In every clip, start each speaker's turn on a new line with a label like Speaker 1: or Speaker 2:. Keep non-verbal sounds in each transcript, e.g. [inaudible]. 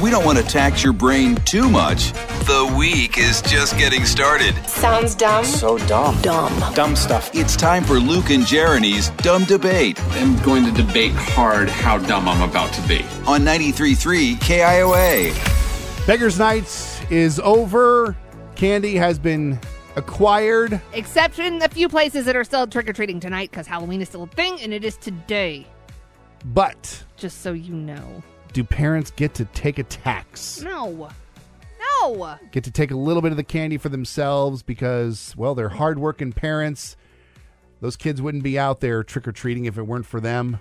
Speaker 1: we don't want to tax your brain too much. The week is just getting started.
Speaker 2: Sounds dumb.
Speaker 3: So dumb.
Speaker 2: Dumb.
Speaker 3: Dumb stuff.
Speaker 1: It's time for Luke and Jeremy's Dumb Debate
Speaker 4: I'm going to debate hard how dumb I'm about to be.
Speaker 1: on 93.3 KIOA.
Speaker 5: Beggar's Nights is over. Candy has been acquired.
Speaker 6: Except in a few places that are still trick or treating tonight because Halloween is still a thing and it is today,
Speaker 5: But
Speaker 6: just so you know.
Speaker 5: do parents get to take a tax?
Speaker 6: No. No.
Speaker 5: Get to take a little bit of the candy for themselves because, well, they're hardworking parents. Those kids wouldn't be out there trick or treating if it weren't for them.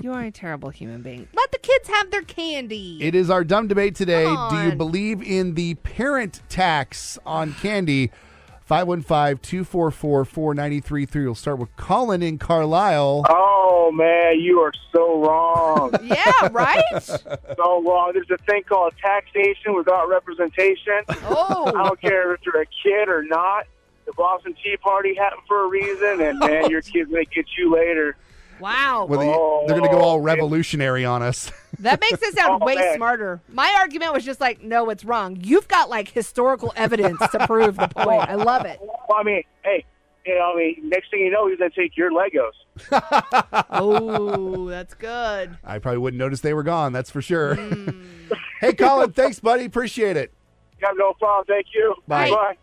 Speaker 6: You are a terrible human being. Let the kids have their candy.
Speaker 5: It is our dumb debate today.
Speaker 6: Come
Speaker 5: Do you
Speaker 6: on.
Speaker 5: believe in the parent tax on candy? 515 244 4933. We'll start with Colin in Carlisle.
Speaker 7: Oh man, you are so wrong.
Speaker 6: yeah, right?
Speaker 7: so wrong. There's a thing called taxation without representation. I
Speaker 6: Oh.
Speaker 7: don't care if you're a kid or not. The Boston Tea Party happened for a reason, and man, your kid's gonna get you later.
Speaker 6: Wow.
Speaker 5: Whether you, they're going to go all revolutionary on us. [laughs]
Speaker 6: That makes it sound
Speaker 7: Oh,
Speaker 6: way
Speaker 7: man.
Speaker 6: smarter. My argument was just like, no, it's wrong. You've got like historical evidence to prove the point. I love
Speaker 7: [laughs]
Speaker 6: it.
Speaker 7: Well, I mean, hey, you know, I mean, next thing you know, he's gonna take your Legos.
Speaker 6: Oh, that's good.
Speaker 5: I probably wouldn't notice they were gone, that's for sure.
Speaker 6: Hmm.
Speaker 5: [laughs] hey, Colin, thanks, buddy. Appreciate it.
Speaker 7: Got no problem. Thank you.
Speaker 5: Bye.
Speaker 7: Bye.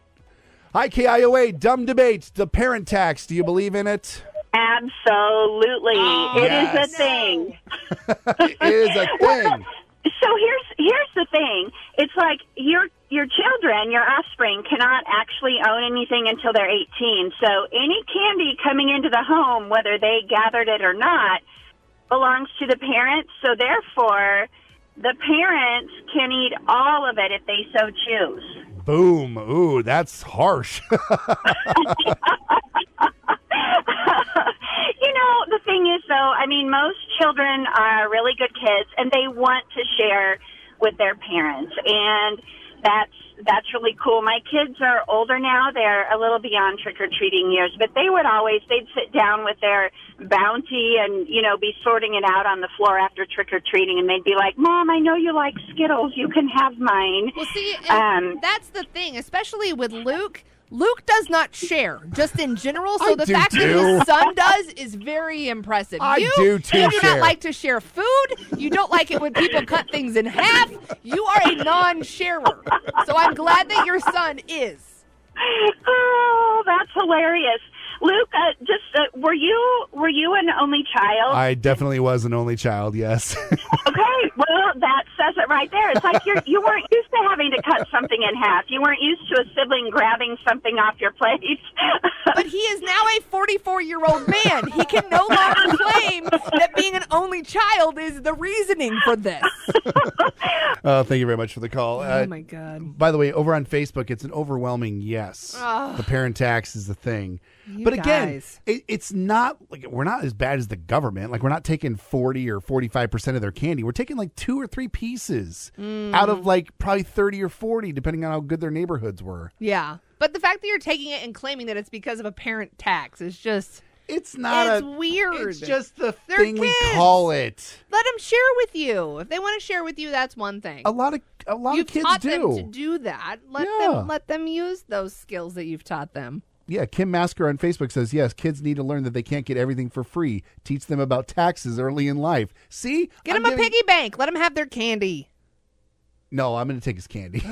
Speaker 5: Hi, KIOA. Dumb debate. The parent tax. Do you believe in it?
Speaker 8: Absolutely.
Speaker 6: Oh,
Speaker 8: it is
Speaker 5: yes.
Speaker 8: a thing.
Speaker 5: It is a
Speaker 6: [laughs]
Speaker 5: thing.
Speaker 8: So here's here's the thing. It's like your your children, your offspring cannot actually own anything until they're 18. So any candy coming into the home, whether they gathered it or not, belongs to the parents. So therefore, the parents can eat all of it if they so choose.
Speaker 5: Boom. Ooh, that's harsh. [laughs]
Speaker 8: [laughs] you know, the thing is, though, I mean, most children are really good kids, and they want to share with their parents, and that's that's really cool. My kids are older now; they're a little beyond trick or treating years, but they would always they'd sit down with their bounty and you know be sorting it out on the floor after trick or treating, and they'd be like, "Mom, I know you like Skittles; you can have mine."
Speaker 6: Well, see, and
Speaker 8: Um,
Speaker 6: that's the thing, especially with Luke. Luke does not share, just in general.
Speaker 5: I
Speaker 6: So the
Speaker 5: do
Speaker 6: fact that
Speaker 5: too.
Speaker 6: his son does is very impressive.
Speaker 5: I
Speaker 6: you,
Speaker 5: do too
Speaker 6: You do
Speaker 5: share.
Speaker 6: not like to share food. You don't like it when people cut things in half. You are a non-sharer. So I'm glad that your son is.
Speaker 8: Oh, that's hilarious, Luke. Uh, just uh, were you were you an only child?
Speaker 5: I definitely was an only child, yes. [laughs]
Speaker 8: okay, well that says it right there. It's like you you weren't used to having to cut something in half. You weren't used to a sibling grabbing something off your plate. [laughs]
Speaker 6: But he is now a 44-year-old man. He can no longer claim that being an only child is the reasoning for this.
Speaker 5: uh, thank you very much for the call. Uh,
Speaker 6: oh my god.
Speaker 5: by the way, over on Facebook, it's an overwhelming yes. The parent tax is the thing. but again,
Speaker 6: guys.
Speaker 5: it, it's not like we're not as bad as the government. Like we're not taking 40 or 45% of their candy. We're taking like two or three pieces
Speaker 6: Mm.
Speaker 5: out of like probably 30 or 40, depending on how good their neighborhoods were.
Speaker 6: Yeah. But the fact that you're taking it and claiming that it's because of a parent tax is just
Speaker 5: It's not
Speaker 6: It's
Speaker 5: a-
Speaker 6: weird.
Speaker 5: It's just the
Speaker 6: They're
Speaker 5: thing we
Speaker 6: kids.
Speaker 5: call it.
Speaker 6: let them share with you. If they want to share with you, that's one thing.
Speaker 5: A lot of a lot
Speaker 6: you've
Speaker 5: of kids
Speaker 6: taught
Speaker 5: do.
Speaker 6: them to do that. Let
Speaker 5: Yeah.
Speaker 6: them let them use those skills that you've taught them.
Speaker 5: Yeah, Kim Masker on Facebook says, yes, kids need to learn that they can't get everything for free. Teach them about taxes early in life. See?
Speaker 6: Get
Speaker 5: I'm
Speaker 6: them a
Speaker 5: giving-
Speaker 6: piggy bank. Let them have their candy.
Speaker 5: [laughs] No, I'm going to take his candy.